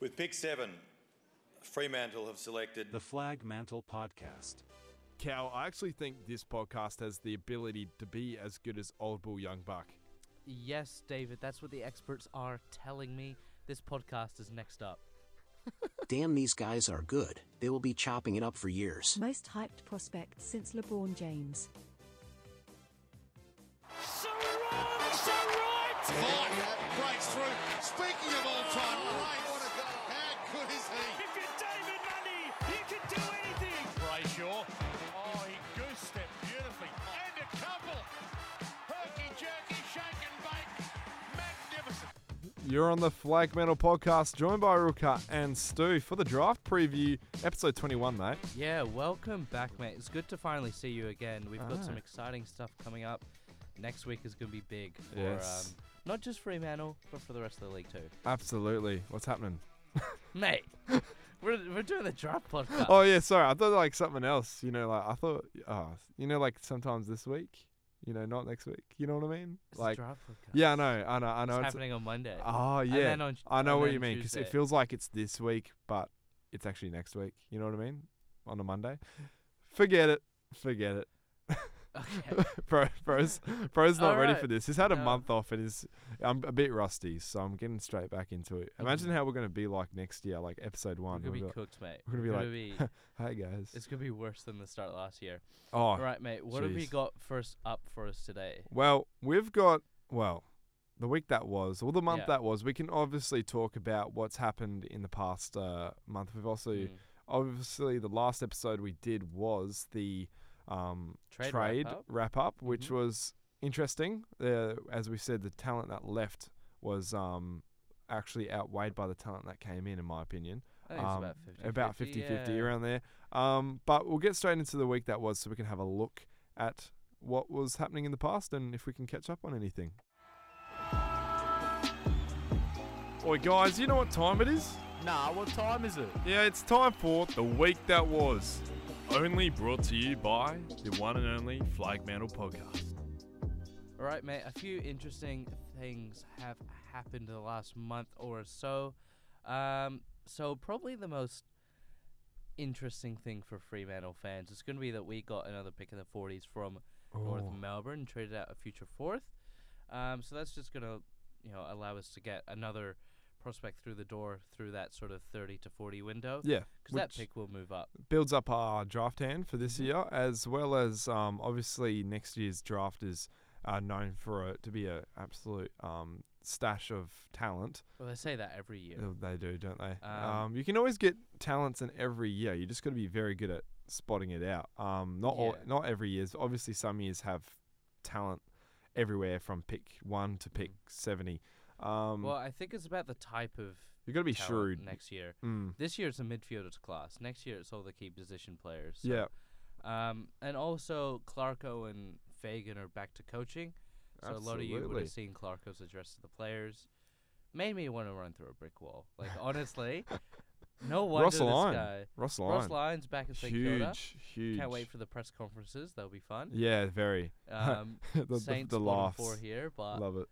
With pick seven, Fremantle have selected. The Flag Mantle Podcast. Cal, I actually think this podcast has the ability to be as good as Old Bull Young Buck. Yes, David, that's what the experts are telling me. This podcast is next up. Damn, these guys are good. They will be chopping it up for years. Most hyped prospect since LeBron James. Lloyd breaks through. Speaking of all-time greats, what a goal! How good is he? Oh. If you're David Mundy, you can do anything. Brayshaw. Oh, he goose stepped beautifully. And a couple. Herky jerky, shake and bake. Magnificent. You're on the Flag Metal Podcast, joined by Ruka and Stu for the draft preview, episode 21, mate. Yeah, welcome back, mate. It's good to finally see you again. We've got Ah. some exciting stuff coming up. Next week is going to be big for Yes. um, not just Fremantle, but for the rest of the league too. Absolutely. What's happening? Mate, we're, we're doing the draft podcast. Oh, yeah, sorry. I thought like something else. You know, like I thought, oh, you know, like sometimes this week, you know, not next week. You know what I mean? it's like, the draft podcast. yeah, I know, I know, I it's know. It's, happening on Monday. oh, yeah. then on- I know and what then you mean because it Tuesday. feels like it's this week, but it's actually next week. You know what I mean? On a Monday. Forget it. Forget it. okay. Bro, bro's, bro's not ready Alright. for this. He's had a No. month off and is I'm a bit rusty, so I'm getting straight back into it. Imagine how we're gonna be like next year, like episode We're one. we'll gonna be be like, cooked, mate. we're gonna be Gonna like, be- "Hey guys." it's gonna be worse than the start last year. oh, All right, mate. What have we jeez. got first up for us today? well, we've got well, the week that was, or the month Yeah. that was. We can obviously talk about what's happened in the past uh, month. We've also Hmm. obviously the last episode we did was the um, Trade wrap up. Mm-hmm. which was interesting. Uh, as we said, the talent that left was um, actually outweighed by the talent that came in, in my opinion. I think it's Um, about 50-50, about 50 50 yeah. around there. Um, but we'll get straight into the week that was so we can have a look at what was happening in the past and if we can catch up on anything. Oi, guys, you know what time it is? Nah, what time is it? Yeah, it's time for the week that was. Only brought to you by The one and only Flag Mantle Podcast. All right, mate. A few interesting things have happened in the last month or so. Um, so probably the most interesting thing for Fremantle fans is going to be that we got another pick in the 40s from Oh. North Melbourne, traded out a future fourth. Um, so that's just going to, you know, allow us to get another prospect through the door through that sort of 30 to 40 window. Yeah, because that which- pick will move up. builds up our draft hand for Mm-hmm. this year, as well as um, obviously next year's draft is uh, known for it to be an absolute um, stash of talent. Well, they say that every year. Uh, They do, don't they? Um, Um, you can always get talents in every year. You just got to be very good at spotting it out. Um, not all, Yeah. not every year's. Obviously, some years have talent everywhere from pick one to pick seventy. Um, Mm. Well, I think it's about the type of you got to be talent shrewd. next year. Mm. This year it's a midfielders class. Next year it's all the key position players. so- Yeah. Um, and also Clarko and Fagan are back to coaching, so a lot of you would Absolutely. have seen Clarko's address to the players. Made me want to run through a brick wall. Like honestly, no wonder Ross this Lyon. guy. Ross Ross Lyon. Lyon's back at St Kilda. Huge, huge. Can't wait for the press conferences. They'll be fun. Yeah, very. Um, the, the, Saints the bottom laughs. four here, but Love it.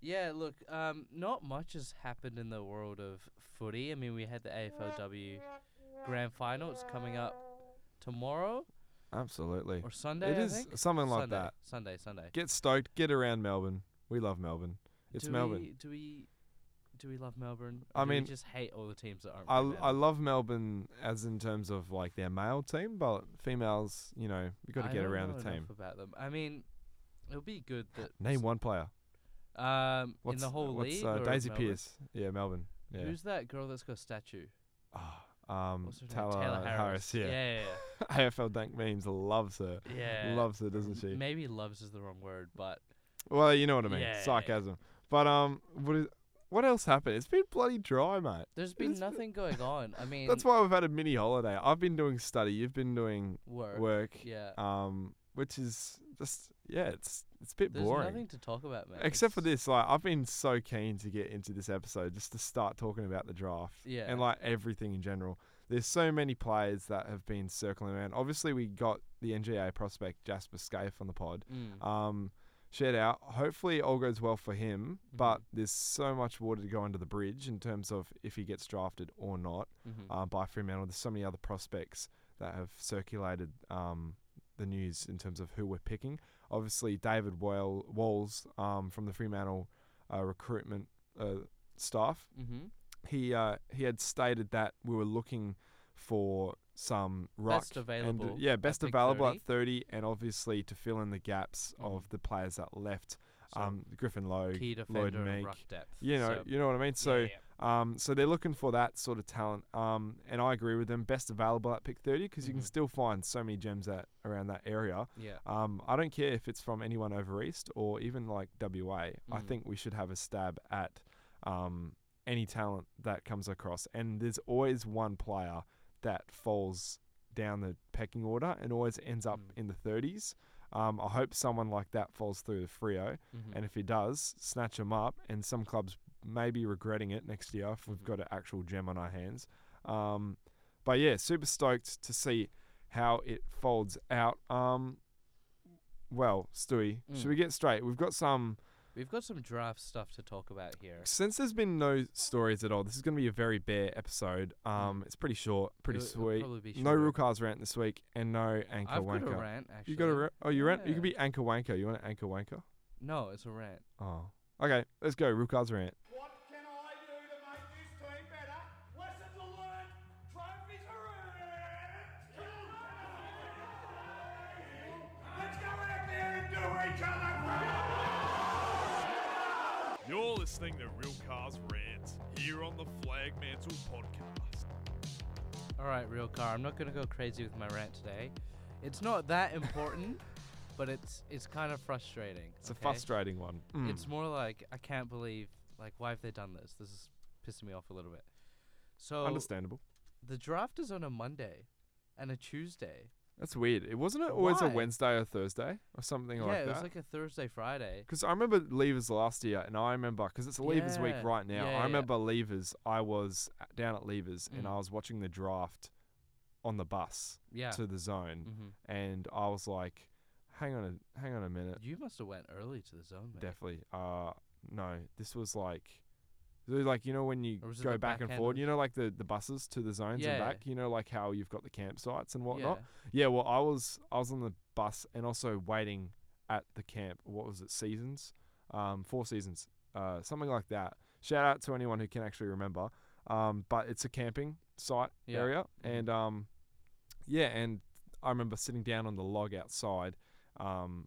yeah, look, um, not much has happened in the world of footy. I mean, we had the AFLW grand final. It's coming up tomorrow Absolutely. or Sunday. It I is think? something like Sunday, that. Sunday, Sunday. Get stoked. Get around Melbourne. We love Melbourne. It's do Melbourne. We, do we do we love Melbourne? I Or do we mean, just hate all the teams that aren't. I, from I Melbourne? love Melbourne as in terms of like their male team, but females, you know, you got to I get don't around know the enough team. about them. I mean, it'll be good that Name one player. um What's in the whole what's, league. Uh, or Daisy Melbourne? Pierce. Yeah, Melbourne. Yeah. Who's that girl that's got a statue? um, What's her name? Taylor, Harris. Yeah. yeah, yeah, AFL Dank memes loves her. yeah. yeah. Loves her, doesn't she? Maybe loves is the wrong word, but Well, you know what I mean. Yeah. Sarcasm. But um, what is what else happened? It's been bloody dry, mate. there's been It's- nothing going on. I mean, That's why we've had a mini holiday. I've been doing study. You've been doing work. work. Yeah. Um, which is just yeah, it's it's a bit There's boring. nothing to talk about, man. Except for It's- this, like I've been so keen to get into this episode just to start talking about the draft. Yeah. And like everything in general. There's so many players that have been circling around. Obviously we got the NGA prospect Jasper Scaife on the pod. Mm. Um shed out. Hopefully, all goes well for him, Mm-hmm. but there's so much water to go under the bridge in terms of if he gets drafted or not Mm-hmm. uh, by Fremantle. There's so many other prospects that have circulated um, the news in terms of who we're picking. Obviously, David Wall- Walls um, from the Fremantle uh, recruitment uh, staff Mm-hmm. he uh, he had stated that we were looking for some rock Best available and, yeah at best pick available at 30 and obviously to fill in the gaps of the players that left Mm. So, um, Griffin Lowe Key Lloyd defender and Meek ruck depth. you know so- you know what I mean so yeah. um, so they're looking for that sort of talent um, and I agree with them best available at pick 30 because you can still find so many gems at around that area Mm-hmm. Yeah. um, I don't care if it's from anyone over east or even like WA. I Mm. think we should have a stab at um, any talent that comes across. And there's always one player that falls down the pecking order and always ends up Mm. in the 30s. Um, I hope someone like that falls through the Frio. Mhm. And if he does, snatch him up. And some clubs may be regretting it next year if Mm-hmm. we've got an actual gem on our hands. Um, but yeah, super stoked to see how it folds out. Um, well, Stewie, should Mm. we get straight? We've got some. We've got some draft stuff to talk about here. Since there's been no stories at all, this is going to be a very bare episode. Um, it's pretty short, pretty Mm. It'll- it'll sweet. probably be no shorter. real cars rant this week, and no anchor I've wanker. got a rant actually. You got a ra- oh, you rant. You Yeah. could be anchor wanker. You want an anchor wanker? No, it's a rant. Oh, okay. Let's go. Real cars rant. What can I do to make this team better? Lessons are learned, trophies are earned. Let's go out there and do each other proud. You're listening to Real Cars Rants here on the Flag Mantle Podcast. All right, real car. I'm not gonna go crazy with my rant today. It's not that important, but it's it's kind of frustrating. It's a okay? frustrating one. Mm. It's more like I can't believe like why have they done this? This is pissing me off a little bit. So understandable. the draft is on a Monday and a Tuesday. That's weird. It wasn't it always a Why? Wednesday or Thursday or something yeah, like it that. was like a Thursday Friday. Because I remember Levers last year, and I remember because it's Levers week Yeah. right now. Yeah, yeah, I yeah. remember Levers. I was a- down at Levers, and Mm. I was watching the draft on the bus Yeah. to the zone, hmm and I was like, "Hang on, a, hang on a minute." You must have went early to the zone, mate. Definitely. Uh, no, this was like, it was like you know when you Or was it go the back back and end forward, of- you know, like the the buses to the zones Yeah, and yeah. back. You know, like how you've got the campsites and whatnot. Yeah. Yeah, well, I was I was on the bus and also waiting at the camp. What was it? Seasons, um, four seasons, uh, something like that. Shout out to anyone who can actually remember. Um, but it's a camping site Yeah. area, Mhm. and um, yeah, and I remember sitting down on the log outside, um,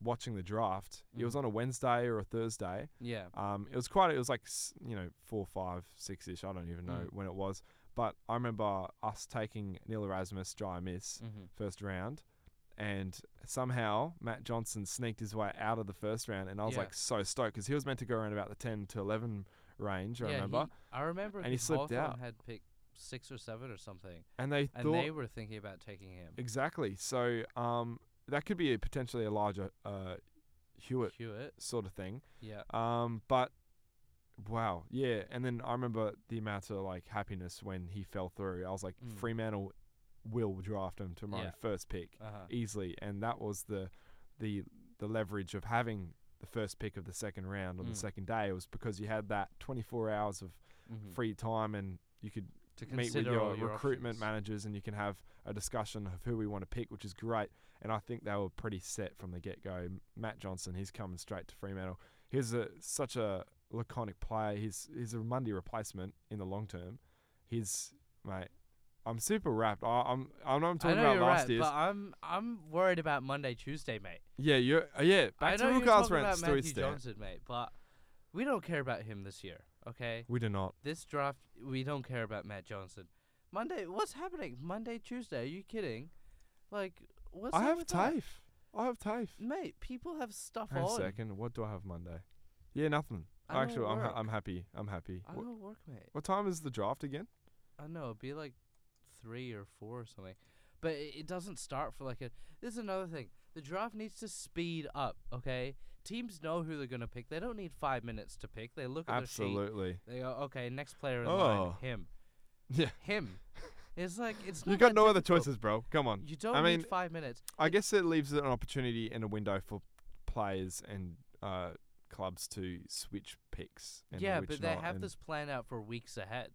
watching the draft. It was Mhm. on a Wednesday or a Thursday. Yeah. Um, it was quite. It was like s- you know four, five, six ish. I don't even know Mm. when it was. But I remember us taking Neil Erasmus, dry miss Mm-hmm. first round, and somehow Matt Johnson sneaked his way out of the first round, and I was Yeah. like so stoked because he was meant to go around about the ten to eleven range. I yeah, remember, He, I remember. And he that slipped Hawthorn out. Had picked six or seven or something, and they and thought they were thinking about taking him. exactly. So um, that could be a potentially a larger uh, Hewitt Hewitt. sort of thing. Yeah. Um, but wow, yeah. And then I remember the amount of like happiness when he fell through. I was like, Mm. Fremantle will draft him tomorrow, Yeah. first pick Uh-huh. easily, and that was the the the leverage of having the first pick of the second round on the Mm. second day was because you had that 24 hours of Mhm. free time and you could To meet with consider your, all your recruitment options. managers and you can have a discussion of who we want to pick, which is great. And I think they were pretty set from the get go. Matt Johnson, he's coming straight to Fremantle. He's a such a laconic player. He's he's a Monday replacement in the long term. He's mate. I'm super wrapped. I, I'm I know I'm I talking know about you're last right, year's. but I'm I'm worried about Monday, Tuesday, mate. yeah, you're uh, yeah. Back I to know Real you're Cars talking Rant about Stewie Matthew Stan. Johnson, mate, but we don't care about him this year. Okay. We do not. This draft, we don't care about Matt Johnson. Monday, what's happening? Monday, Tuesday? Are you kidding? Like, what's I up have with that? TAFE. I have TAFE. Mate, people have stuff Hang on a on. second. What do I have Monday? Yeah, nothing. I don't Actually, I'm ha- work. I'm happy. I'm happy. I Wh- don't work, mate. What time is the draft again? I don't know, it'd be like three or four or something. But it, it doesn't start for like a. This is another thing. The draft needs to speed up, okay? Teams know who they're going to pick. They don't need five minutes to pick. They look at their sheet. Absolutely. They go, okay, next player in line, Oh. him. Yeah. Him. It's like, it's not You got that no other difficult. choices, bro. Come on. You don't I mean, need five minutes. I guess it leaves an opportunity and a window for players and uh, clubs to switch picks. And yeah, which but they not, have and- this plan out for weeks ahead.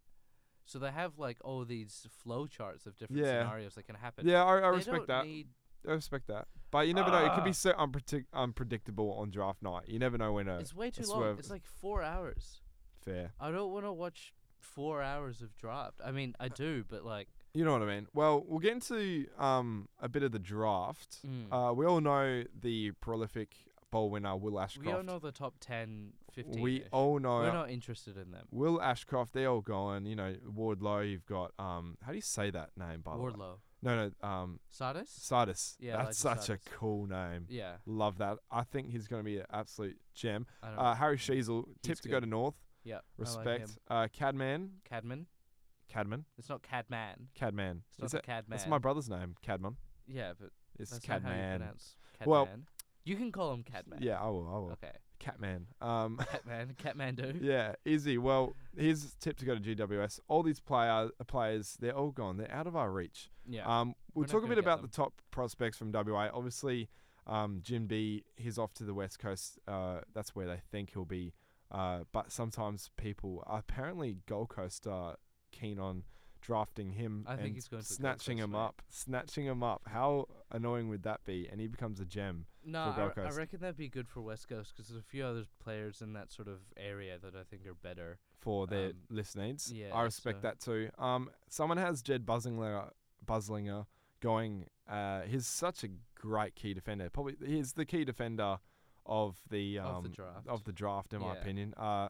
So they have like all these flow charts of different Yeah. scenarios that can happen. Yeah, I, I They respect don't that. need- Ah. I respect that. But you never know. It could be so unpredict- unpredictable on draft night. You never know when a it's way a too long. swerve- It's like four hours. fair. I don't want to watch four hours of draft. I mean, Uh, I do, but like, You know what I mean? Well, we'll get into um, a bit of the draft. Uh, we all know the prolific bowl winner, Will Ashcroft. Mm. we all know the top 10, 15. We all know- We're not interested in them. Will Ashcroft, they're all gone. You know, Wardlow, you've got, um, how do you say that name, by the way? Wardlow. No, no, um, Sardis? Sardis. Yeah, That's Elijah such a Sardis. cool name. Yeah. Love that. I think he's going to be an absolute gem. I don't Uh, know. Harry Sheasel, tip to go good. to North. Yeah. Respect. I like him. uh, Cadman. Cadman. Cadman. It's not Cadman. Cadman. It's not Is a that- That's Cadman. my brother's name, Cadman. Yeah, but It's that's not how you Cadman. pronounce Cadman. Well- you can call him Cadman. Yeah, I will. I will. Okay. Catman. Um, Catman. Catmandu. yeah, easy. Well, here's a tip to go to GWS. All these player, uh, players, they're all gone. They're out of our reach. Yeah. Um, we'll We're not talk a bit gonna get about them. the top prospects from WA. Obviously, um, Jim B, he's off to the West Coast. Uh, that's where they think he'll be. Uh, but sometimes people, apparently Gold Coast are keen on drafting him I think and he's going to the Gold snatching Coast, him mate. up. Snatching him up. How annoying would that be? And he becomes a gem for No, I, Gold re- I Coast. reckon that'd be good for West Coast because there's a few other players in that sort of area that I think are better. for their Um, list needs. yeah, I respect so- that too. Um, someone has Jed Buzzlinger, Buzzlinger going. Uh, he's such a great key defender. Probably he's the key defender of the um, Of the draft. of the draft, in my Yeah. opinion. Uh,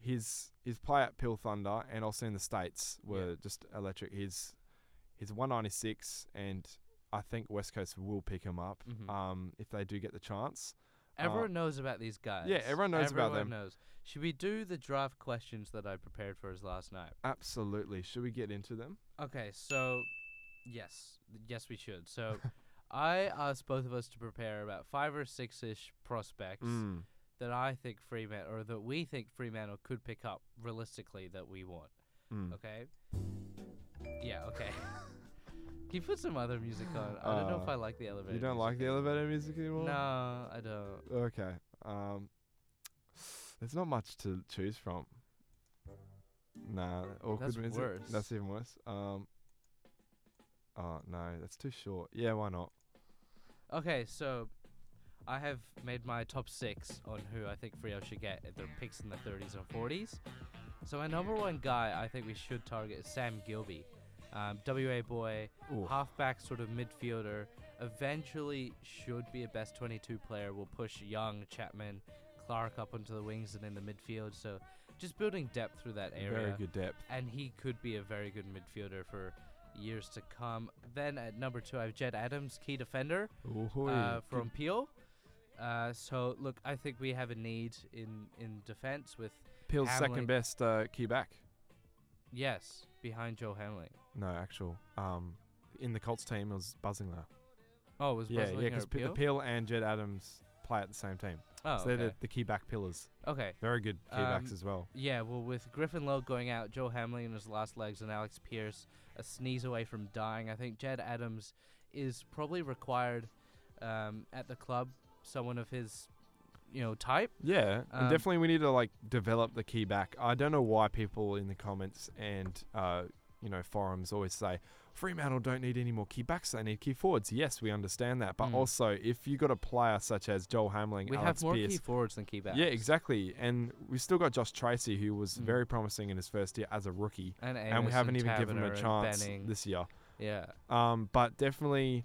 his his play at Pill Thunder and also in the states were Yeah. just electric. His his 196 and I think West Coast will pick him up Mhm. um, if they do get the chance. Uh, Everyone knows about these guys. everyone knows about Everyone them. knows. Should we do the draft questions that I prepared for us last night? Absolutely. Should we get into them? Okay, so yes, yes, we should. So I asked both of us to prepare about five or six ish prospects Mm. that I think Fremantle or that we think Fremantle could pick up realistically that we want. Mm. Okay. Yeah. Okay. Can you put some other music on? I don't know if Uh, I like the elevator. You don't like the elevator music anymore? music. No, I don't. Okay. Um, there's not much to choose from. Nah, awkward That's music. worse. That's even worse. Um, oh no, that's too short. Yeah, why not? Okay, so I have made my top six on who I think Frio should get at their picks in the 30s and 40s. So my number one guy I think we should target is Sam Gilby, um, WA boy, Ooh. halfback sort of midfielder. Eventually should be a best 22 player. Will push Young, Chapman, Clark up onto the wings and in the midfield. So just building depth through that area Very good depth. and he could be a very good midfielder for years to come. Then at number two, I have Jed Adams, key defender Ooh, uh, good- from Peel. Uh, so look, I think we have a need in in defense with Peel's Hamlin- second best uh, key back. yes behind Joe Hamling. No, actual. Um, in the Colts team, it was Buzzingler. Oh, was Yeah, Buzz yeah, looking because at Peel? Peel and Jed Adams play at the same team, oh, so they're okay. the, the key back pillars. okay. Very good key backs Um, as well. Yeah, well, with Griffin Lowe going out, Joe Hamlin in his last legs, and Alex Pierce a sneeze away from dying, I think Jed Adams is probably required um, at the club. Someone of his, you know, type. Yeah, Um, and definitely we need to like develop the key back. I don't know why people in the comments and uh, you know forums always say Fremantle don't need any more key backs; they need key forwards. Yes, we understand that, but Mm. also if you got a player such as Joel Hamling, We Alex have more Pearce, key forwards than key backs. yeah, exactly, and we still got Josh Tracy, who was Mm. very promising in his first year as a rookie, And, and we Amos haven't even given him Taverner a and chance Benning. this year. yeah. Um, but definitely,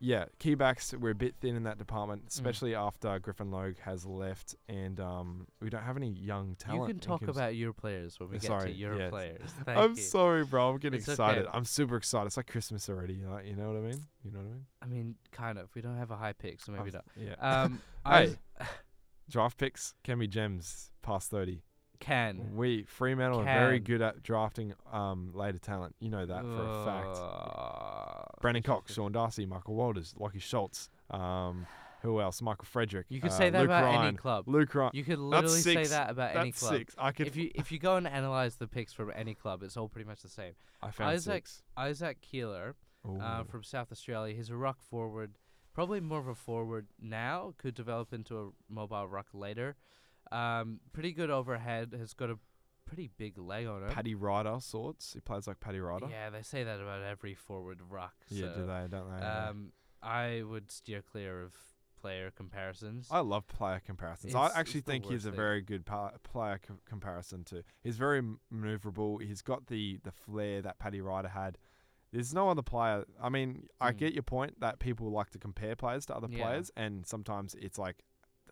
yeah, key backs we're a bit thin in that department, Mm. especially after Griffin Logue has left, and um, we don't have any young talent. You can in talk Kim's- about your players when we get Sorry, to your yes. players. Thank I'm you. sorry, bro. I'm getting It's okay. excited. I'm super excited. It's like Christmas already. You know, you know what I mean? You know what I mean? I mean, kind of. We don't have a high pick, so maybe I'm- not. Yeah. Um, I Hey. Draft picks can be gems past thirty. can. We Fremantle are very Can. good at drafting um, later talent. You know that for a fact. fact. Brandon Cox, Sean Darcy, Michael Walters, Lockie Schultz. Um, who else? Michael Frederick. You could uh, say that Luke about any Ryan, club. Luke Ryan. You could That's literally say six. that about That's any club. six. I could. If you if you go and analyze the picks from any club, it's all pretty much the same. I found Isaac six. Isaac Keeler uh, Ooh. from South Australia. He's a rock forward, Probably more of a forward now. Could develop into a mobile ruck later. Um, pretty good overhead. Has got a pretty big leg on him. Paddy Ryder sorts. He plays like Paddy Ryder. Yeah, they say that about every forward ruck. Yeah, so, do they? Don't they? uh, Yeah. Um, I would steer clear of player comparisons. I love player comparisons. It's- I actually it's the think he's worst a thing. very good pa- player co- comparison to. He's very m- maneuverable. He's got the the flair that Paddy Ryder had. There's no other player. I mean, I Mm. get your point that people like to compare players to other Yeah. players, and sometimes it's like,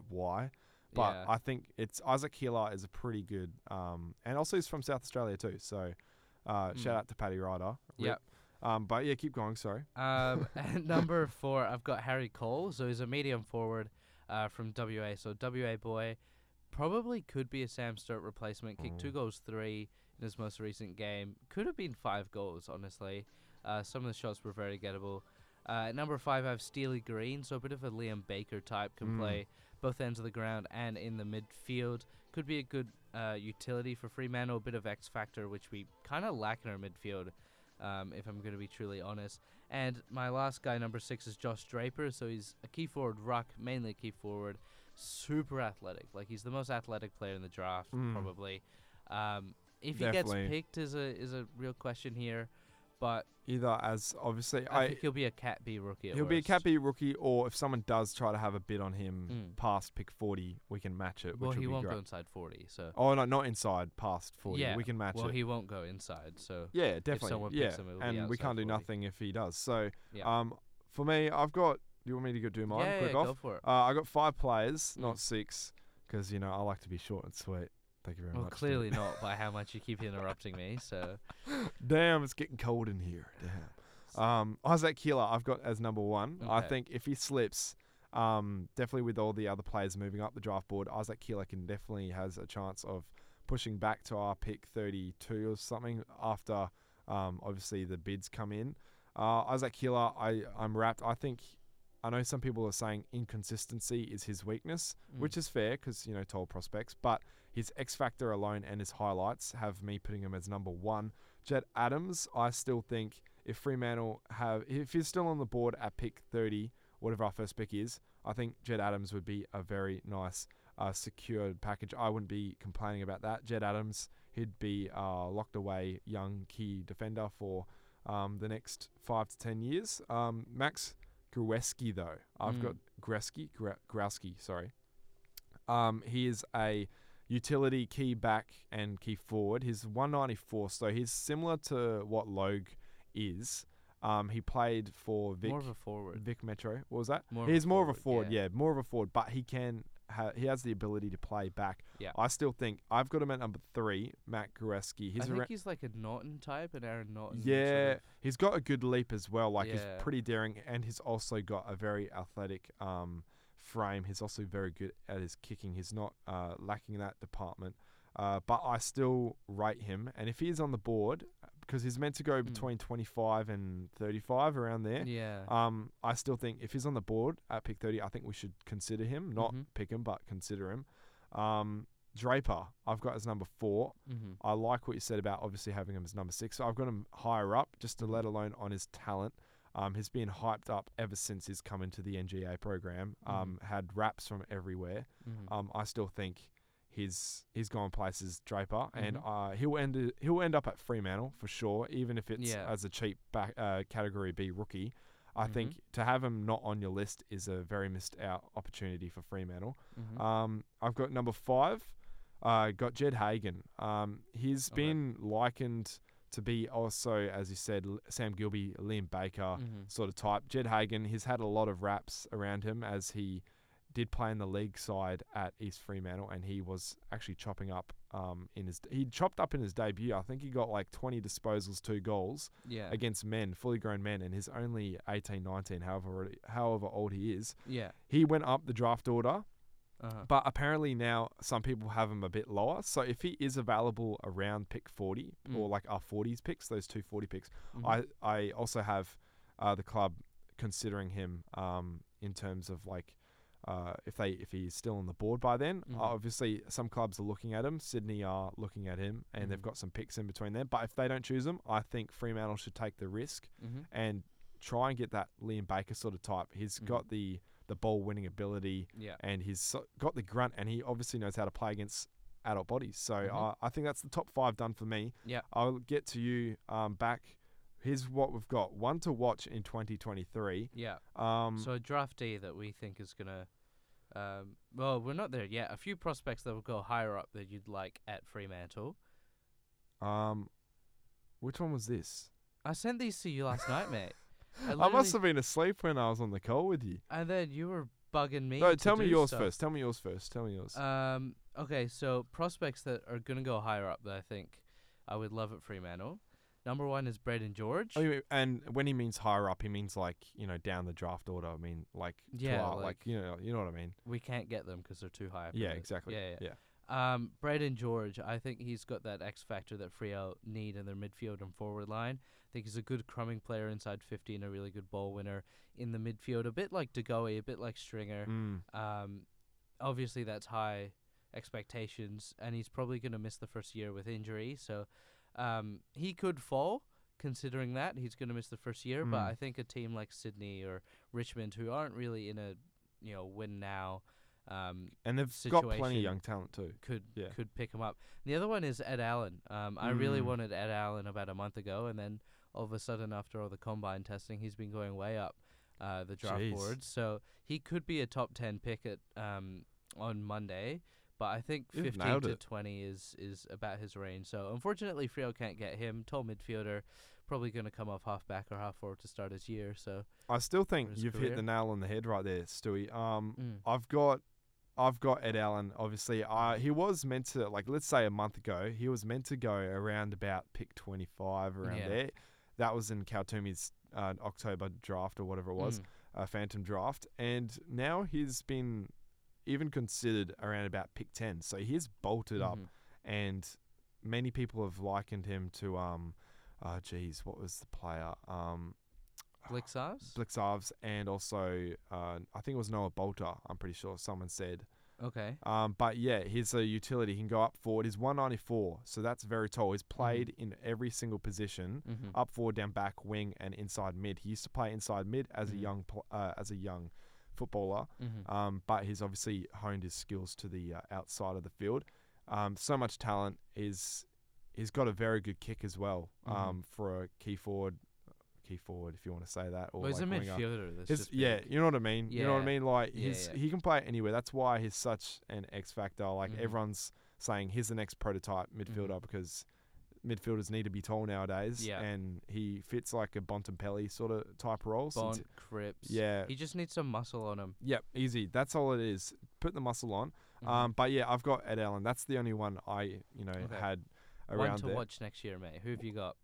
why? But Yeah. I think it's Isaac Keeler is a pretty good, um, and also he's from South Australia too. So uh, shout Mm. out to Paddy Ryder. Rip. Yep. Um, but yeah, keep going. Sorry. Um, at number four, I've got Harry Cole. So he's a medium forward uh, from WA. So WA boy probably could be a Sam Sturt replacement. Kicked two goals, three in his most recent game. Could have been five goals, honestly. Uh, some of the shots were very gettable. Uh, at number five, I have Steely Green. So a bit of a Liam Baker type. Can play both ends of the ground and in the midfield. Could be a good uh, utility for Fremantle. A bit of X factor, which we kind of lack in our midfield. Um, if I'm going to be truly honest. And my last guy, number six, is Josh Draper. So he's a key forward ruck, mainly a key forward, super athletic. Like he's the most athletic player in the draft, probably. Um, if he Hmm. Definitely. gets picked is a is a real question here, but Either as obviously, I, I, think he'll be a cat B rookie. At He'll be a worst. cappy rookie, or if someone does try to have a bid on him Mm. past pick 40, we can match it. Which Well, would he be won't great. go inside forty. So Oh no, not inside, past 40. yeah, we can match Well, it. he won't go inside. So yeah, definitely. someone yeah, picks him, it'll be and we outside can't do 40. nothing if he does. So, Yeah. um, for me, I've got. Do you want me to go do mine? Yeah, quick yeah, off. go for it. Uh, I got five players, Mm. not six, because you know I like to be short and sweet. Thank you very well, much. Tim. clearly not by how much you keep interrupting me. So Damn, it's getting cold in here. Damn. Um, Isaac Keeler, I've got as number one. I Okay. think if he slips, um, definitely with all the other players moving up the draft board, Isaac Keeler can definitely has a chance of pushing back to our pick 32 or something after um, obviously the bids come in. Uh, Isaac Keeler, I, I'm wrapped. I think I know some people are saying inconsistency is his weakness, which is fair because you know tall prospects. But his X factor alone and his highlights have me putting him as number one. Jed Adams, I still think if Fremantle have if he's still on the board at pick thirty, whatever our first pick is, I think Jed Adams would be a very nice uh, secured package. I wouldn't be complaining about that. Jed Adams, he'd be uh, locked away, young key defender for um, the next five to ten years. Um, Max Grueski, though, I've Mm. got Greski, Gre- Growski, sorry. Um, he is a utility key back and key forward. He's 194, so he's similar to what Logue is. Um, he played for Vic. more of a forward. Vic Metro. What was that? More of a He's more of a forward, forward, yeah. yeah. more of a forward, but he can ha- he has the ability to play back. Yeah. I still think I've got him at number three, Matt Goreski. I He's think around, he's like a Norton type, an Aaron Norton. sort yeah, of- he's got a good leap as well. Like he's Yeah. pretty daring, and he's also got a very athletic um frame. He's also very good at his kicking. He's not uh, lacking in that department. Uh, but I still rate him, and if he is on the board, because he's meant to go between 25 and 35 around there. Mm. Yeah. Um, I still think if he's on the board at pick 30, I think we should consider him. Not Mhm. pick him, but consider him. Um, Draper, I've got as number four. Mhm. I like what you said about obviously having him as number six. So I've got him higher up, just to let alone on his talent. Um, he's been hyped up ever since he's come into the NGA program. Um, had raps from everywhere. Um, I still think he's he's gone places, Draper, and uh, he'll end he'll end up at Fremantle for sure, even if it's Yeah. as a cheap back, uh, category B rookie. I think to have him not on your list is a very missed out opportunity for Fremantle. Um, I've got number five. Uh, got Jed Hagen. Um, he's been likened to be also, as you said, L- Sam Gilby, Liam Baker sort of type. Jed Hagen, he's had a lot of raps around him as he did play in the league side at East Fremantle, and he was actually chopping up um, in his. He chopped up in his debut. I think he got like 20 disposals, two goals Yeah. against men, fully grown men, and he's only 18, 19, however however old he is. Yeah. He went up the draft order, Uh-huh. but apparently now some people have him a bit lower. So if he is available around pick 40 or like our 40s picks, those two 40 picks, I, I also have uh, the club considering him um, in terms of like uh, if they if he's still on the board by then. Obviously, some clubs are looking at him. Sydney are looking at him, and they've got some picks in between there. But if they don't choose him, I think Fremantle should take the risk and try and get that Liam Baker sort of type. He's got the the ball winning ability, Yeah. and he's so- got the grunt, and he obviously knows how to play against adult bodies. So I, I think that's the top five done for me. Yeah. I'll get to you um, back. Here's what we've got: one to watch in 2023. Yeah. Um, So a draftee that we think is gonna, um, well, we're not there yet. A few prospects that will go higher up that you'd like at Fremantle. um, which one was this? I sent these to you last night, mate. I, I must literally- have been asleep when I was on the call with you. And then you were bugging me. No, to tell me do yours stuff. first. Tell me yours first. Tell me yours. Um. Okay. So prospects that are gonna go higher up that I think I would love at Fremantle. Number one is Braden George. Oh, you mean- and when he means higher up, he means like you know down the draft order. I mean like to Yeah, our- like, like- you know you know what I mean. We can't get them because they're too high. up in Yeah, the- exactly. Yeah, yeah. yeah. Um, Braden George, I think he's got that X factor that Frio need in their midfield and forward line. I think he's a good crumbing player inside 50 and a really good ball winner in the midfield, a bit like Degoe, a bit like Stringer. Mm. Um, obviously, that's high expectations, and he's probably going to miss the first year with injury. So um, he could fall, considering that he's going to miss the first year. But Mm. I think a team like Sydney or Richmond, who aren't really in a you know win now, um, And they've got plenty situation. of young talent too. could Yeah. could pick him up. The other one is Ed Allen. Um, I really Mm. wanted Ed Allen about a month ago, and then all of a sudden, after all the combine testing, he's been going way up uh, the draft Jeez. board. So he could be a top ten pick at um, on Monday. But I think You've fifteen nailed to it. twenty is is about his range. So unfortunately, Frio can't get him. Tall midfielder, probably going to come off half back or half forward to start his year. So I still think his you've hit career. the nail on the head right there, Stewie. Um, Mm. I've got, I've got Ed Allen. Obviously, I he was meant to like let's say a month ago, he was meant to go around about pick twenty five around Yeah. there. That was in Kaltumi's uh, October draft or whatever it was, Mm. uh, Phantom draft, and now he's been even considered around about pick ten. So he's bolted up, Mhm. and many people have likened him to um, uh, geez, what was the player um. Blixars. Blixarves and also uh, I think it was Noah Bolter. I'm pretty sure someone said. okay. Um, but yeah, he's a utility. He can go up forward. He's 194, so that's very tall. He's Mm-hmm. played in every single position, Mhm. up forward, down back, wing, and inside mid. He used to play inside mid as Mm-hmm. a young pl- uh, as a young footballer, um, but he's obviously honed his skills to the uh, outside of the field. Um, so much talent. He's he's got a very good kick as well Mm-hmm. um, for a key forward. Key forward, if you want to say that, or Well, he's Oh, like a winger. midfielder. That's His, just yeah, big. you know what I mean. You know what I Yeah. mean. Like Yeah, he's yeah. he can play anywhere. That's why he's such an X factor. Like Mhm. everyone's saying, he's the next prototype midfielder because midfielders need to be tall nowadays. Mm-hmm. Yeah. and he fits like a Bontempelli sort of type role. so it's- Bond, Cripps. Yeah. He just needs some muscle on him. Yep, easy. That's all it is. Put the muscle on. Mm-hmm. Um, but yeah, I've got Ed Allen. That's the only one I you know Okay. had One around to there. watch next year, mate. Who have you got?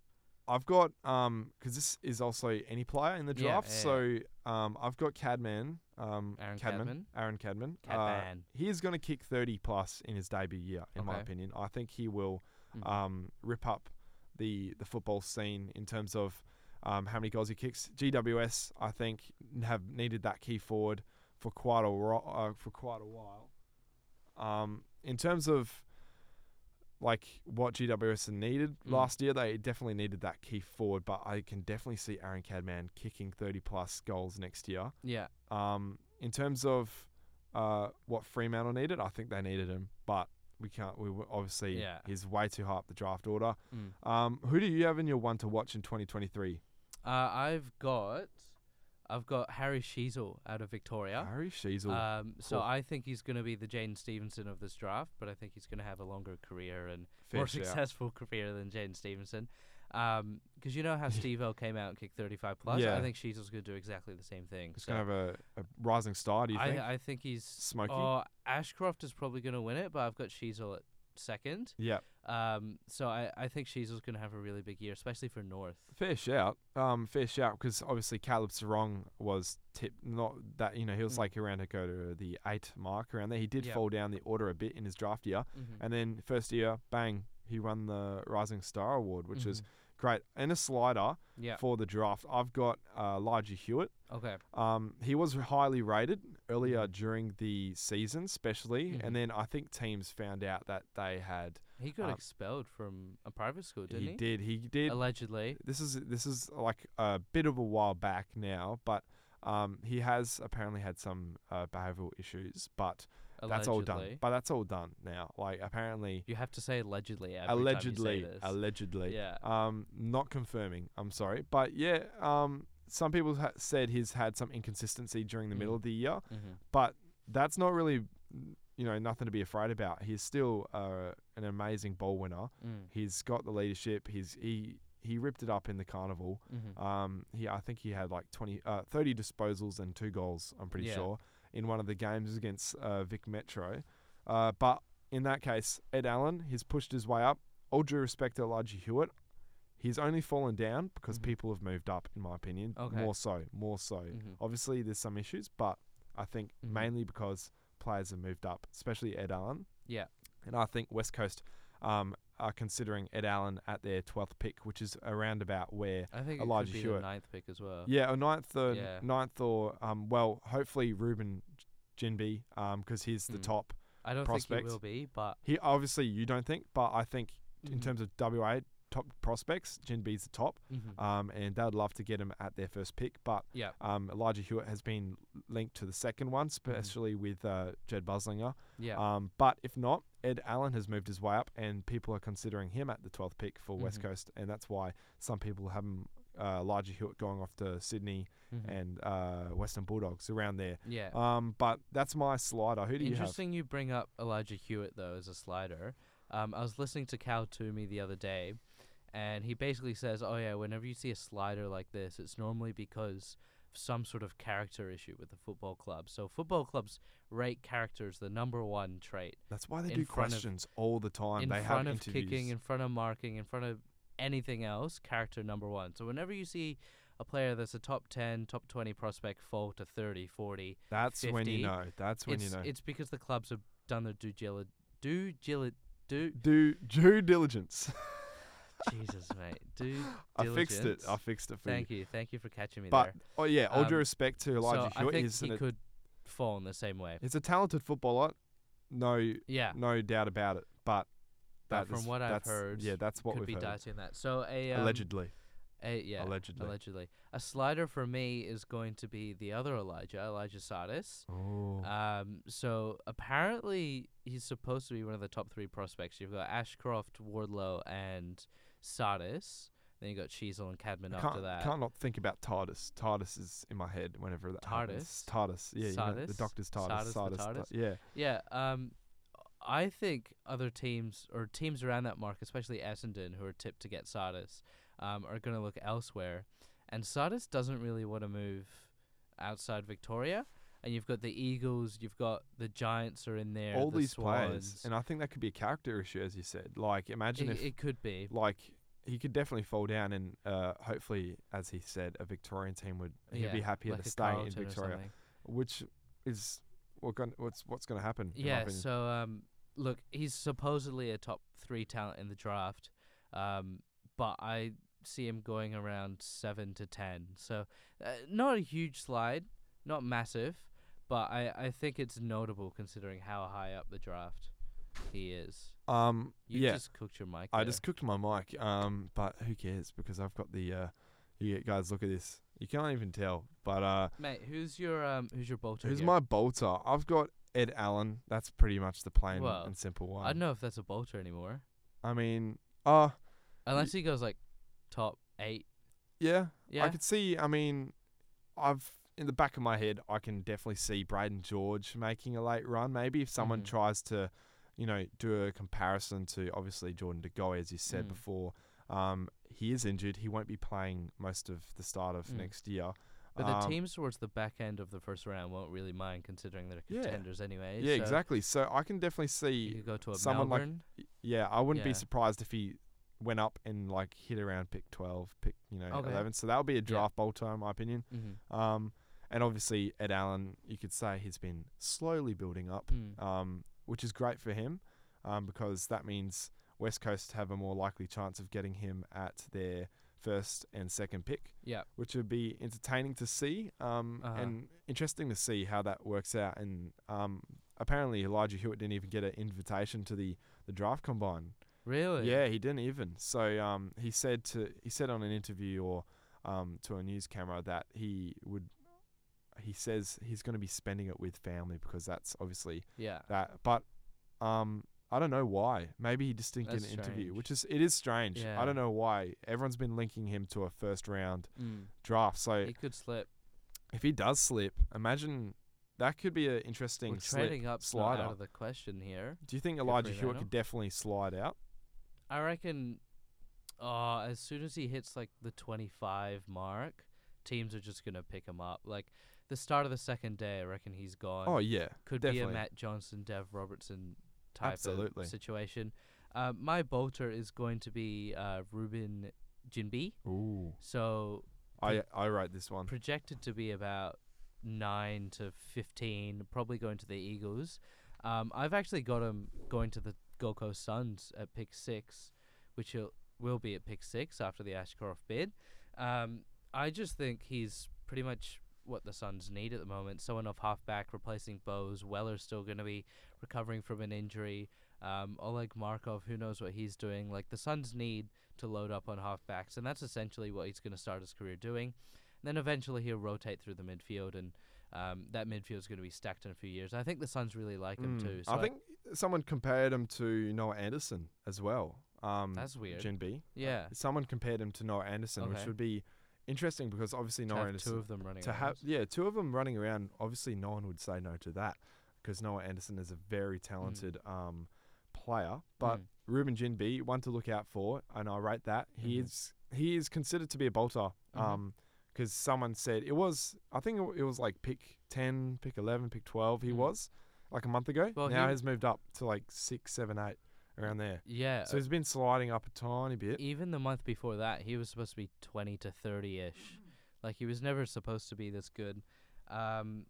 I've got um because this is also any player in the Yeah, draft. yeah, So um I've got Cadman. Um Aaron Cadman? Aaron Cadman. Uh, Cadman. he is gonna kick thirty plus in his debut year, in my Okay. Mm-hmm. opinion. I think he will um rip up the the football scene in terms of um, how many goals he kicks. GWS I think have needed that key forward for quite a ro- uh, for quite a while. Um in terms of like what GWS had needed Mm. last year. They definitely needed that key forward, but I can definitely see Aaron Cadman kicking 30 plus goals next year. Yeah. Um, in terms of uh, what Fremantle needed, I think they needed him, but we can't. We were- obviously Yeah. Mm. he's way too high up the draft order. Um, who do you have in your one to watch in 2023? Uh, I've got I've got Harry Sheasel out of Victoria. Harry Sheasel. Um, so Cool. I think he's going to be the Jane Stevenson of this draft, but I think he's going to have a longer career and Fair more shout. successful career than Jane Stevenson. Because you know how Steve O came out and kicked 35 plus? Yeah. I think Sheasel's going to do exactly the same thing. he's so gonna have a, a rising star. Do you think? I, I think he's. Smokey? Oh, Ashcroft is probably going to win it, but I've got Sheasel at second. yeah. Um, so I, I think Sheasel's going to have a really big year, especially for North. Fair shout. Um, fair shout because obviously Caleb Sarong was tipped not that you know he was like around to go to the eight mark around there. He did Mm. Yeah. Mm-hmm. fall down the order a bit in his draft year, and then first year, bang, he won the Rising Star Award, which is great. And a slider Mm-hmm. Yeah. for the draft. I've got uh, Elijah Hewitt. Okay. Um, he was highly rated Mm-hmm. earlier during the season, especially, and then I think teams found out that they had He got Um, expelled from a private school, didn't he? he did. He did. Allegedly. this is this is like a bit of a while back now, but um, he has apparently had some uh, behavioural issues, but that's all done. Allegedly. But that's all done now. Like apparently, You have to say allegedly. Every allegedly, Time you say this. allegedly, Yeah. um, not confirming. I'm sorry, but yeah, um, some people ha- said he's had some inconsistency during the middle of the year, Mm-hmm. but that's not really, you know, nothing to be afraid about. He's still uh, an amazing ball winner. Mm. He's got the leadership. He's he he ripped it up in the carnival. Mm-hmm. Um, he I think he had like 20, uh, 30 disposals and two goals. I'm pretty Yeah. sure in one of the games against uh, Vic Metro. Uh, but in that case, Ed Allen, he's pushed his way up. All due respect to Elijah Hewitt, he's only fallen down because people have moved up, in my opinion. Mm-hmm. Okay. More so, more so. Mhm. Obviously, there's some issues, but I think Mhm. mainly because players have moved up, especially Ed Allen. Yeah. And I think West Coast um, are considering Ed Allen at their 12th pick, which is around about where I think Elijah it could be Hewitt. the ninth pick as well. Yeah, or ninth or Uh, Yeah. ninth or um, well, hopefully Ruben Jinby, um, because he's the Mm. top. I don't think prospect. he will be, but He obviously you don't think, but I think in Mhm. terms of WA top prospects, Jinby's the top. Mhm. Um, and they'd love to get him at their first pick, but yeah, um, Elijah Hewitt has been linked to the second one, especially with uh, Jed Buslinger. Mm-hmm. yeah. Um, but if not, Ed Allen has moved his way up, and people are considering him at the 12th pick for West Mhm. Coast, and that's why some people have him, uh, Elijah Hewitt going off to Sydney Mhm. and uh, Western Bulldogs around there. yeah. Um, but that's my slider. Who do you have? Interesting you bring up Elijah Hewitt though as a slider. Um, I was listening to Cal Toomey the other day, and he basically says, "Oh yeah, whenever you see a slider like this, it's normally because of some sort of character issue with the football club. So football clubs rate character as the number one trait That's why they in do front of- questions all the time. in they front have of interviews. kicking, in front of marking, in front of anything else, character number one. So whenever you see a player that's a top 10, top 20 prospect fall to 30, 40, that's when you 50, know. That's when it's, you know. it's because the clubs have done their due gili- due gili- due do due diligence. Jesus mate, due I fixed it. diligence. I fixed it for Thank you. you, thank you for catching me But there. oh yeah, all due Um, respect to Elijah so Hewitt. I think he's he an- could fall in the same way. He's a talented footballer, no, Yeah. no doubt about it. But But that from is- what I've that's- heard, yeah, that's what could we've be heard. dicey in that. So a um, Allegedly, A, yeah, Allegedly. allegedly. A slider for me is going to be the other Elijah, Elijah Sardis. oh, Um, so apparently he's supposed to be one of the top three prospects. You've got Ashcroft, Wardlow, and Sardis. Then you got Cheezel and Cadman I after can't, that. can't not think about Titus. Titus is in my head whenever that happens. Titus, yeah, you know, the Sardis? doctor's Titus, Sardis the Ti- TARDIS? yeah. Yeah. Um, I think other teams or teams around that mark, especially Essendon, who are tipped to get Sardis, um, are going to look elsewhere. And Sardis doesn't really want to move outside Victoria. And you've got the Eagles, you've got the Giants are in there. all the these players, Swans. and I think that could be a character issue, as you said. Like, imagine it, if, it could be. like, he could definitely fall down, and uh, hopefully, as he said, a Victorian team would he'd yeah, be happier like to a stay in Carlton or Victoria, something. which is what gon- what's what's going to happen. in my Yeah. opinion. So um, look, he's supposedly a top three talent in the draft, um, but I see him going around seven to ten. So uh, not a huge slide, not massive, but I I think it's notable considering how high up the draft he is. um, You yeah, just cooked your mic. I there. just cooked my mic, um, but who cares? Because I've got the. Uh, you guys, look at this. You can't even tell. But uh, Mate, who's your um, who's your bolter? who's here? my bolter? I've got Ed Allen. That's pretty much the plain Well, and simple one. I don't know if that's a bolter anymore, I mean, uh, unless he goes like top eight. yeah, I Yeah. could see. I mean, I've in the back of my head, I can definitely see Braden George making a late run. Maybe if someone Mhm. tries to, you know, do a comparison to obviously Jordan De Goey, as you said Mm. before. Um, he is injured. He won't be playing most of the start of Mm. next year. But the Um, teams towards the back end of the first round won't really mind considering they're Yeah. contenders anyway. Yeah, so exactly. So I can definitely uh, You see. could go to a someone like- Melbourne. Yeah, I wouldn't Yeah. be surprised if he went up and like hit around pick twelve, pick you know Okay. eleven. So that would be a draft bolter, in my opinion. mm-hmm. Um, and obviously Ed Allen, you could say he's been slowly building up, Mm. um, which is great for him, um, because that means West Coast have a more likely chance of getting him at their first and second pick, Yeah. which would be entertaining to see, um, Uh-huh. and interesting to see how that works out. And um, apparently Elijah Hewitt didn't even get an invitation to the the draft combine. Really? Yeah, he didn't even. So um, he said to he said on an interview or um, to a news camera that he would. He says he's going to be spending it with family because that's obviously Yeah. that. But um, I don't know why. Maybe he just didn't That's get an interview, strange. which is it is strange. Yeah. I don't know why. Everyone's been linking him to a first round Mm. draft. So He could slip. if he does slip, imagine that could be an interesting Well, slip, trading up slider. out of the question here. Do you think for Elijah Hewitt Fremantle. could definitely slide out? I reckon uh, as soon as he hits like the 25 mark, teams are just going to pick him up. Like the start of the second day, I reckon he's gone. Oh yeah, Could be definitely. a Matt Johnson, Dev Robertson type Absolutely. of situation. Uh, my bolter is going to be uh, Ruben Jinbi. Ooh, So I I wrote this one. projected to be about 9 to 15, probably going to the Eagles. Um, I've actually got him going to the Gold Coast Suns at pick 6, which he'll, will be at pick 6 after the Ashcroft bid. Um, I just think he's pretty much what the Suns need at the moment. Someone off halfback replacing Bose. Weller's still going to be recovering from an injury. Um, Oleg Markov, who knows what he's doing. Like, the Suns need to load up on halfbacks, and that's essentially what he's going to start his career doing. And then eventually he'll rotate through the midfield, and um, that midfield's going to be stacked in a few years. I think the Suns really like him Mm. too. I think someone compared him to Noah Anderson as well. Um, That's weird. Gen B. yeah, Someone compared him to Noah Anderson, Okay. which would be interesting because obviously to Noah have Anderson two of them running. to have around. yeah two of them running around. Obviously, no one would say no to that because Noah Anderson is a very talented um, player. But Mm. Ruben Gin B, one to look out for, and I rate that he Mhm. is he is considered to be a bolter. Mhm. Um, because someone said it was, I think it w- it was like pick ten, pick eleven, pick twelve. He Mhm. was like a month ago. Well, now he- he's moved up to like six, seven, eight, around there. yeah. uh, So he's been sliding up a tiny bit. even the month before that, he was supposed to be 20 to 30 ish. Like, he was never supposed to be this good. Um,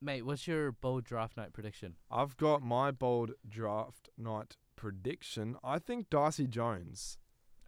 mate, what's your bold draft night prediction? I've got my bold draft night prediction. I think Dicey Jones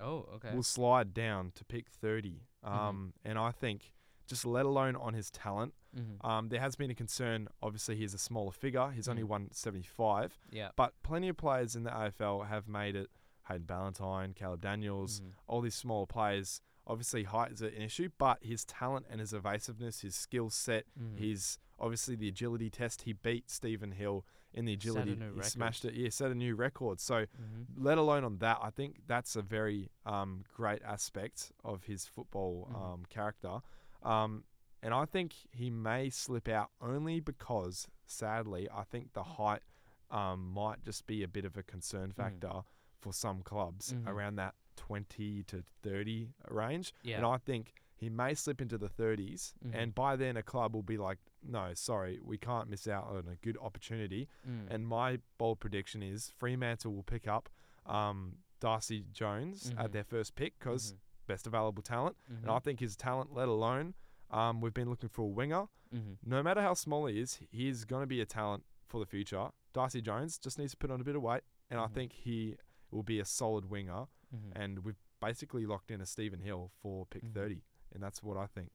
Oh, okay. will slide down to pick 30. Mm-hmm. Um, And I think, just let alone on his talent, hmm um, there has been a concern. Obviously, he's a smaller figure. He's only Mm. 175. Yeah. But plenty of players in the AFL have made it. Hayden Ballantyne, Caleb Daniels, Mhm. all these smaller players. Obviously, height is an issue, but his talent and his evasiveness, his skill set, Mhm. his obviously the agility test. He beat Stephen Hill in the Set a agility. new He record. smashed it. Yeah, set a new record. So Mhm. let alone on that, I think that's a very um, great aspect of his football Mhm. um, character. Um, and I think he may slip out only because, sadly, I think the height um, might just be a bit of a Mm. concern factor for some clubs Mhm. around that 20 to 30 range. And Yeah. I think he may slip into the 30s. Mhm. And by then, a club will be like, no, sorry, we can't miss out on a good opportunity. Mm. And my bold prediction is Fremantle will pick up um, Darcy Jones at Mhm. their first pick because Mhm. best available talent. And I Mhm. think his talent, let alone, um, we've been looking for a winger. Mhm. No matter how small he is, he is going to be a talent for the future. Darcy Jones just needs to put on a bit of weight, and Mm-hmm. I think he will be a solid winger. Mhm. And we've basically locked in a Stephen Hill for pick Mhm. 30, and that's what I think.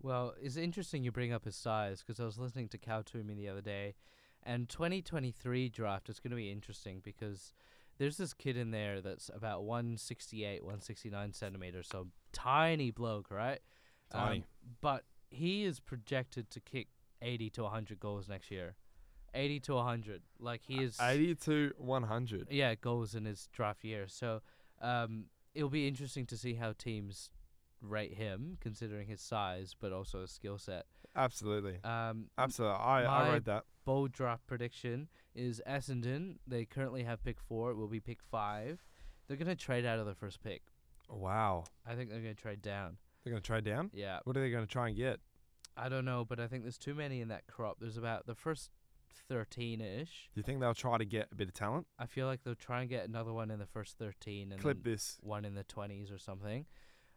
Well, it's interesting you bring up his size because I was listening to Kowtoumi the other day, and 2023 draft is going to be interesting because there's this kid in there that's about 168, 169 centimeters, so tiny bloke, right? Um, Tiny. but he is projected to kick 80 to 100 goals next year. 80 to 100. Like he is 80 to 100. yeah, goals in his draft year. So um, it'll be interesting to see how teams rate him, considering his size, but also his skill set. Absolutely. Um, Absolutely. I, I my read that. bold draft prediction is Essendon. They currently have pick four. It will be pick five. They're gonna trade out of the first pick. Wow. I think they're gonna trade down. They're going to trade down? Yeah, What are they going to try and get? I don't know, but I think there's too many in that crop. There's about the first thirteen-ish. Do you think they'll try to get a bit of talent? I feel like they'll try and get another one in the first thirteen. And Clip then- this. one in the twenties or something.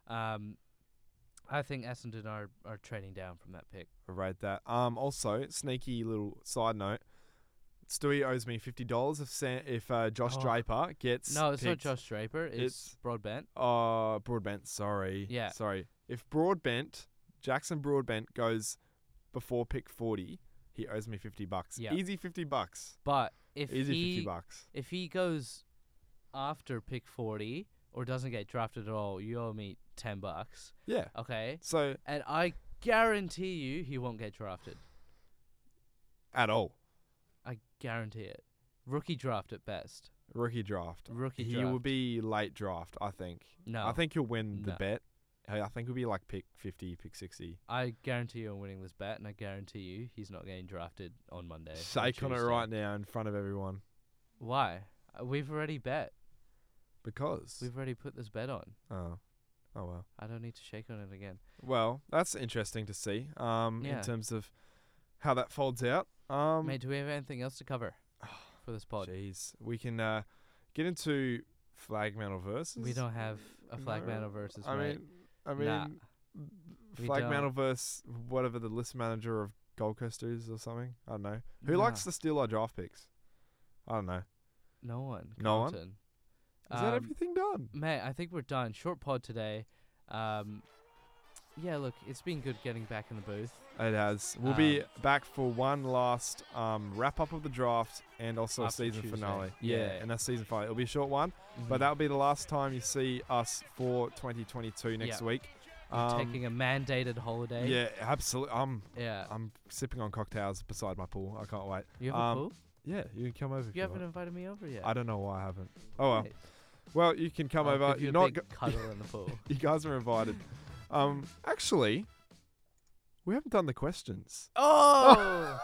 Um, I think Essendon are are trading down from that pick. I rate that. Um, also, sneaky little side note. Stewie owes me fifty dollars if Sam, if uh, Josh Oh. Draper gets No, it's picked- not Josh Draper. It's, It's- Broadbent. Uh, Broadbent. Sorry. Yeah. Sorry. If Broadbent Jackson Broadbent goes before pick forty, he owes me fifty bucks. Yeah. Easy fifty bucks. But if Easy he fifty bucks. if he goes after pick 40 or doesn't get drafted at all, you owe me 10 bucks. Yeah. Okay? So And I guarantee you he won't get drafted. at all, I guarantee it. Rookie draft at best. rookie draft. Rookie He will draft. be late draft. I think. No. I think he'll win the No. bet. Hey, I think he'll be like pick fifty, pick sixty. I guarantee you I'm winning this bet, and I guarantee you he's not getting drafted on Monday. or Shake on it Tuesday. right now in front of everyone Why? Uh, We've already bet. because. We've already put this bet on. oh. Oh well. I don't need to shake on it again. Well, that's interesting to see. Um, Yeah. in terms of how that folds out. Um, Mate, do we have anything else to cover for this pod? Jeez, we can uh, get into flag mantle versus. We don't have a flag No. mantle versus. I mate. mean, I mean, Nah. We flag don't. mantle versus whatever the list manager of Gold Coast is or something. I don't know. Who likes Nah. to steal our draft picks? I don't know. Is no one. No one? Carlton. that Um, everything done? Mate, I think we're done. Short pod today. Um, yeah, look, it's been good getting back in the booth. It has. We'll be um, back for one last um, wrap up of the draft and also a After season Tuesday. finale. Yeah, Mm-hmm. yeah. and that's season finale. It'll be a short one, but that'll be the last time you see us for 2022 next Yeah. week. Um, We're taking a mandated holiday. yeah, absolutely. I'm Yeah. I'm sipping on cocktails beside my pool. I can't wait. you have um, a pool? Yeah, you can come over. if You haven't want. invited me over yet. I don't know why I haven't. Oh well. Mate, Well, you can come I'll over. give You're you a not. Uh, big Go- cuddle in the pool. you guys are invited. Um, actually, we haven't done the questions. Oh,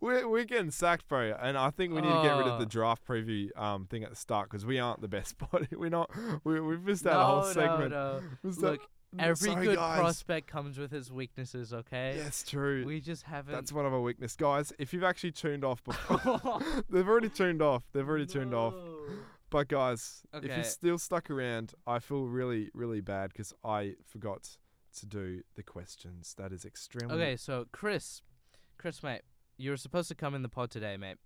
We're, we're getting sacked, bro, and I think we need to get rid of the Oh. draft preview um thing at the start because we aren't the best body. We're not. We we missed out a no, whole segment. no, no. Missed out- Look, every Sorry, good guys. prospect comes with his weaknesses. Okay. Yes, true. We just haven't. That's one of our weakness, guys. If you've actually tuned off before, they've already tuned off. They've already tuned off. No. But guys, if Okay. you're still stuck around, I feel really, really bad because I forgot to do the questions. That is extremely Okay, so Chris, Chris, mate, you were supposed to come in the pod today, mate.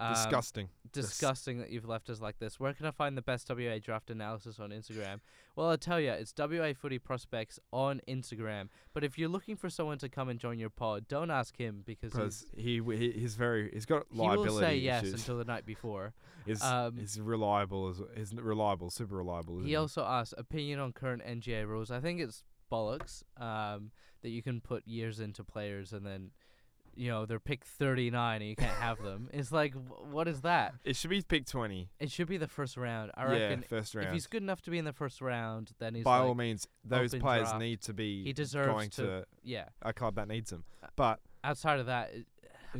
Um, disgusting. Disgusting that you've left us like this. Where can I find the best WA draft analysis on Instagram? Well, I'll tell you, it's WA Footy Prospects on Instagram. But if you're looking for someone to come and join your pod, don't ask him because Because he's, he, w- he he's very he's got he will liability say yes issues. until the night before. he's, um, he's reliable. Is he's n- reliable, super reliable. Isn't He also asked opinion on current NGA rules. I think it's bollocks um, that you can put years into players and then, you know, they're pick 39 and you can't have them. It's like, wh- what is that? It should be pick twenty. It should be the first round. I yeah, reckon first round. if he's good enough to be in the first round, then he's By like, all means, those open players draft. need to be he deserves going to, Uh, to Yeah. a club that needs them. But Outside of that, it-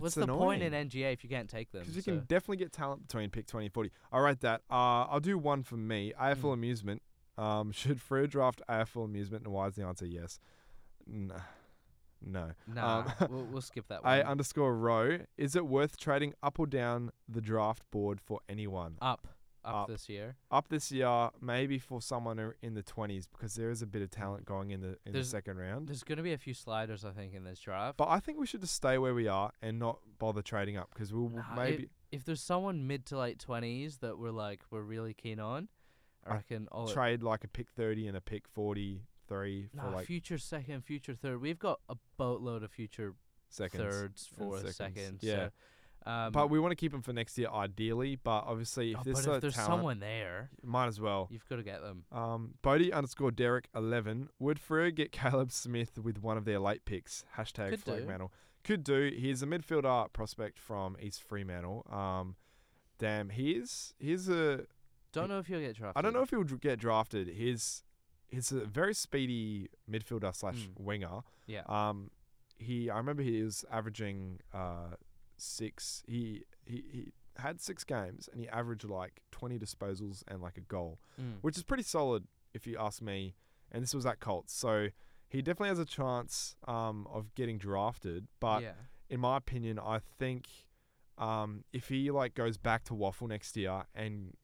what's It's the point in annoying. NGA if you can't take them? Because you So- can definitely get talent between pick 20 and 40. I'll rate that. Uh, I'll do one for me. AFL Hmm. Amusement. Um, should Freo draft AFL Amusement, and why is the answer yes? Nah. No. nah, Um, we'll, we'll skip that one. A underscore row. Is it worth trading up or down the draft board for anyone? up, up, Up. this year. Up this year, maybe for someone who- in the 20s, because there is a bit of talent going in the in the There's- second round. There's going to be a few sliders, I think, in this draft. But I think we should just stay where we are and not bother trading up because we'll Nah, i- maybe. if there's someone mid to late twenties that we're like we're really keen on, I I reckon all trade like a pick 30 and a pick 43 for Oh, nah, like future second, future third. We've got a boatload of future seconds. thirds, and fourth, seconds. seconds. Yeah. so, um, but we want to keep them for next year ideally, but obviously if oh, there's, but a if there's talent, Oh. someone there, might as well. you've got to get them. Um, Bodie underscore Derek eleven. Would Freo get Caleb Smith with one of their late picks? Hashtag Could flag do. mantle. Could do. He's a midfielder prospect from East Fremantle. Um, damn, he is he's a Don't know if you'll get drafted. I don't know if he'll dr- get drafted. He's he's a very speedy midfielder slash Mm. winger. Yeah. Um, he I remember he was averaging uh six. He he he had six games and he averaged like twenty disposals and like a goal, Mm. which is pretty solid if you ask me. And this was at Colts, so he definitely has a chance um of getting drafted. But yeah. in my opinion, I think um, if he like goes back to Waffle next year and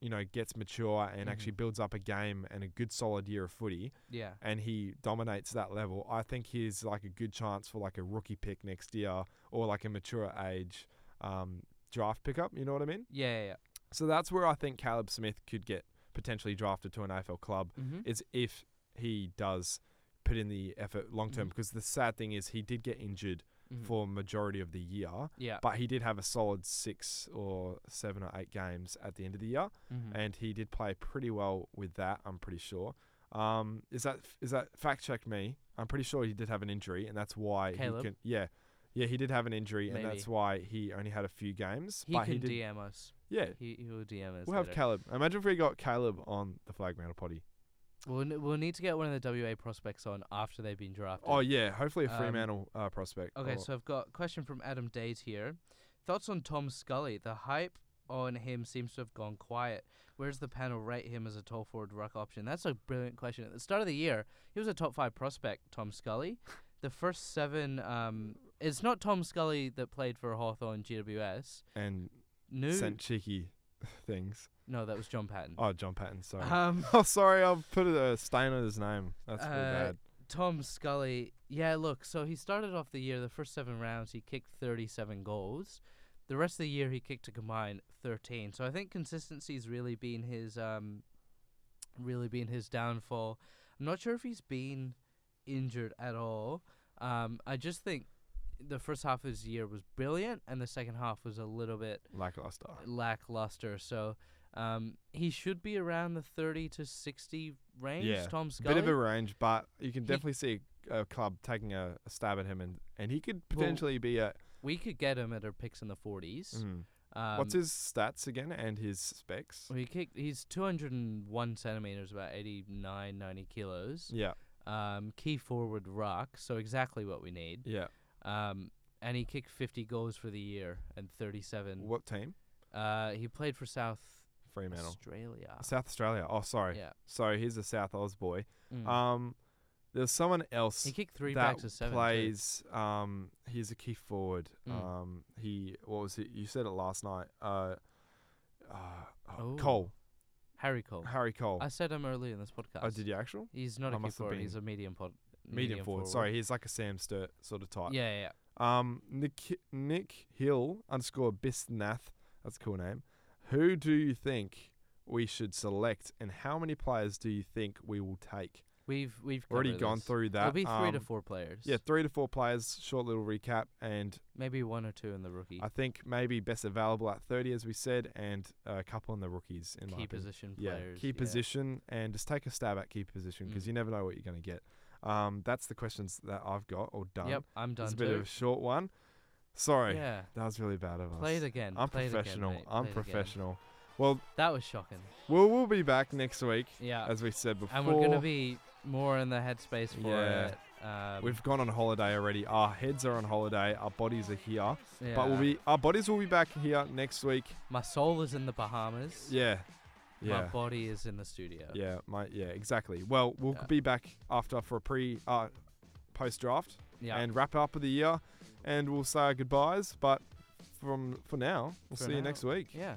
you know gets mature Mm-hmm. and actually builds up a game and a good solid year of footy Yeah. and he dominates that level, I think he's like a good chance for like a rookie pick next year or like a mature age um, draft pickup. You know what I mean? Yeah. Yeah. yeah. So that's where I think Caleb Smith could get potentially drafted to an AFL club Mhm. is if he does put in the effort long term. Because the sad thing is he did get injured for majority of the year. Yeah. But he did have a solid six or seven or eight games at the end of the year, Mm-hmm. and he did play pretty well with that. I'm pretty sure. Um, is that is that fact check me? I'm pretty sure he did have an injury, and that's why Caleb? he can. Yeah, yeah, he did have an injury, Maybe. and that's why he only had a few games. He but can he did. DM us. Yeah, He, he will DM us. we'll have later. Caleb. Imagine if we got Caleb on the flag mantle potty. We'll, n- we'll need to get one of the WA prospects on after they've been drafted. Oh yeah, hopefully a Um, Fremantle uh, prospect. Okay, or- so I've got a question from Adam Date here. Thoughts on Tom Scully? The hype on him seems to have gone quiet. Where does the panel rate him as a tall forward ruck option? That's a brilliant question. At the start of the year, he was a top five prospect, Tom Scully. The first seven, um, it's not Tom Scully that played for Hawthorn GWS. and New, sent cheeky things. no, that was John Patton. Oh, John Patton. Sorry. Um, oh, sorry. I've put a stain on his name. That's pretty Uh, bad. Tom Scully, yeah, look, so he started off the year, the first seven rounds, he kicked 37 goals. The rest of the year, he kicked a combined 13. So I think consistency's really been his, um, really been his downfall. I'm not sure if he's been injured at all. Um, I just think the first half of his year was brilliant, and the second half was a little bit Lackluster. lackluster. So um, he should be around the 30 to 60 range. Yeah. Tom Scully. Bit of a range, but you can definitely see a club taking a, a stab at him, and, and he could Well, potentially be a. We could get him at our picks in the 40s. Mm. Um, what's his stats again and his specs? Well, he kicked, he's 201 centimeters, about 89, 90 kilos. Yeah. Um, key forward rock, so exactly what we need. Yeah. Um, and he kicked 50 goals for the year and 37. What team? Uh, he played for South Fremantle. Australia. South Australia. Oh, sorry. Yeah. So he's a South Oz boy. Mm. Um, there's someone else. he kicked three that packs of seven. too. plays. Um, he's a key forward. Mm. Um, he what was it? You said it last night. Uh, uh oh, Oh. Cole, Harry Cole. Harry Cole. I said him earlier in this podcast. oh, did you actual He's not I a key must have forward. He's a been medium pod. medium, forward. Sorry, he's like a Sam Sturt sort of type. Yeah, yeah, yeah. Um, Nick Nick Hill underscore Bistnath. That's a cool name. Who do you think we should select, and how many players do you think we will take? We've we've Already covered gone this. through It'll that, be three to um, four players. Yeah, three to four players. Short little recap, and maybe one or two in the rookie I think maybe best available at 30, as we said, and a couple in the rookies. In my key opinion. position yeah, players. key position, and just take a stab at key position because Mm. you never know what you're going to get. Um, that's the questions that I've got all done. Yep, I'm done. it's a bit too. of a short one. Sorry, Yeah, that was really bad of us. play it again. I'm play it again, professional. mate, I'm play it again. professional. Well, That was shocking. we'll we'll be back next week, Yeah, as we said before. and we're gonna be more in the headspace for Yeah. it. Um, We've gone on holiday already. Our heads are on holiday. Our bodies are here, yeah. but we'll be our bodies will be back here next week. My soul is in the Bahamas. Yeah, yeah. My body is in the studio. Yeah, my yeah, exactly. Well, we'll Yeah. be back after for a pre uh, post draft Yeah. and wrap up of the year, and we'll say our goodbyes. But from for now, we'll For see you now. next week. yeah.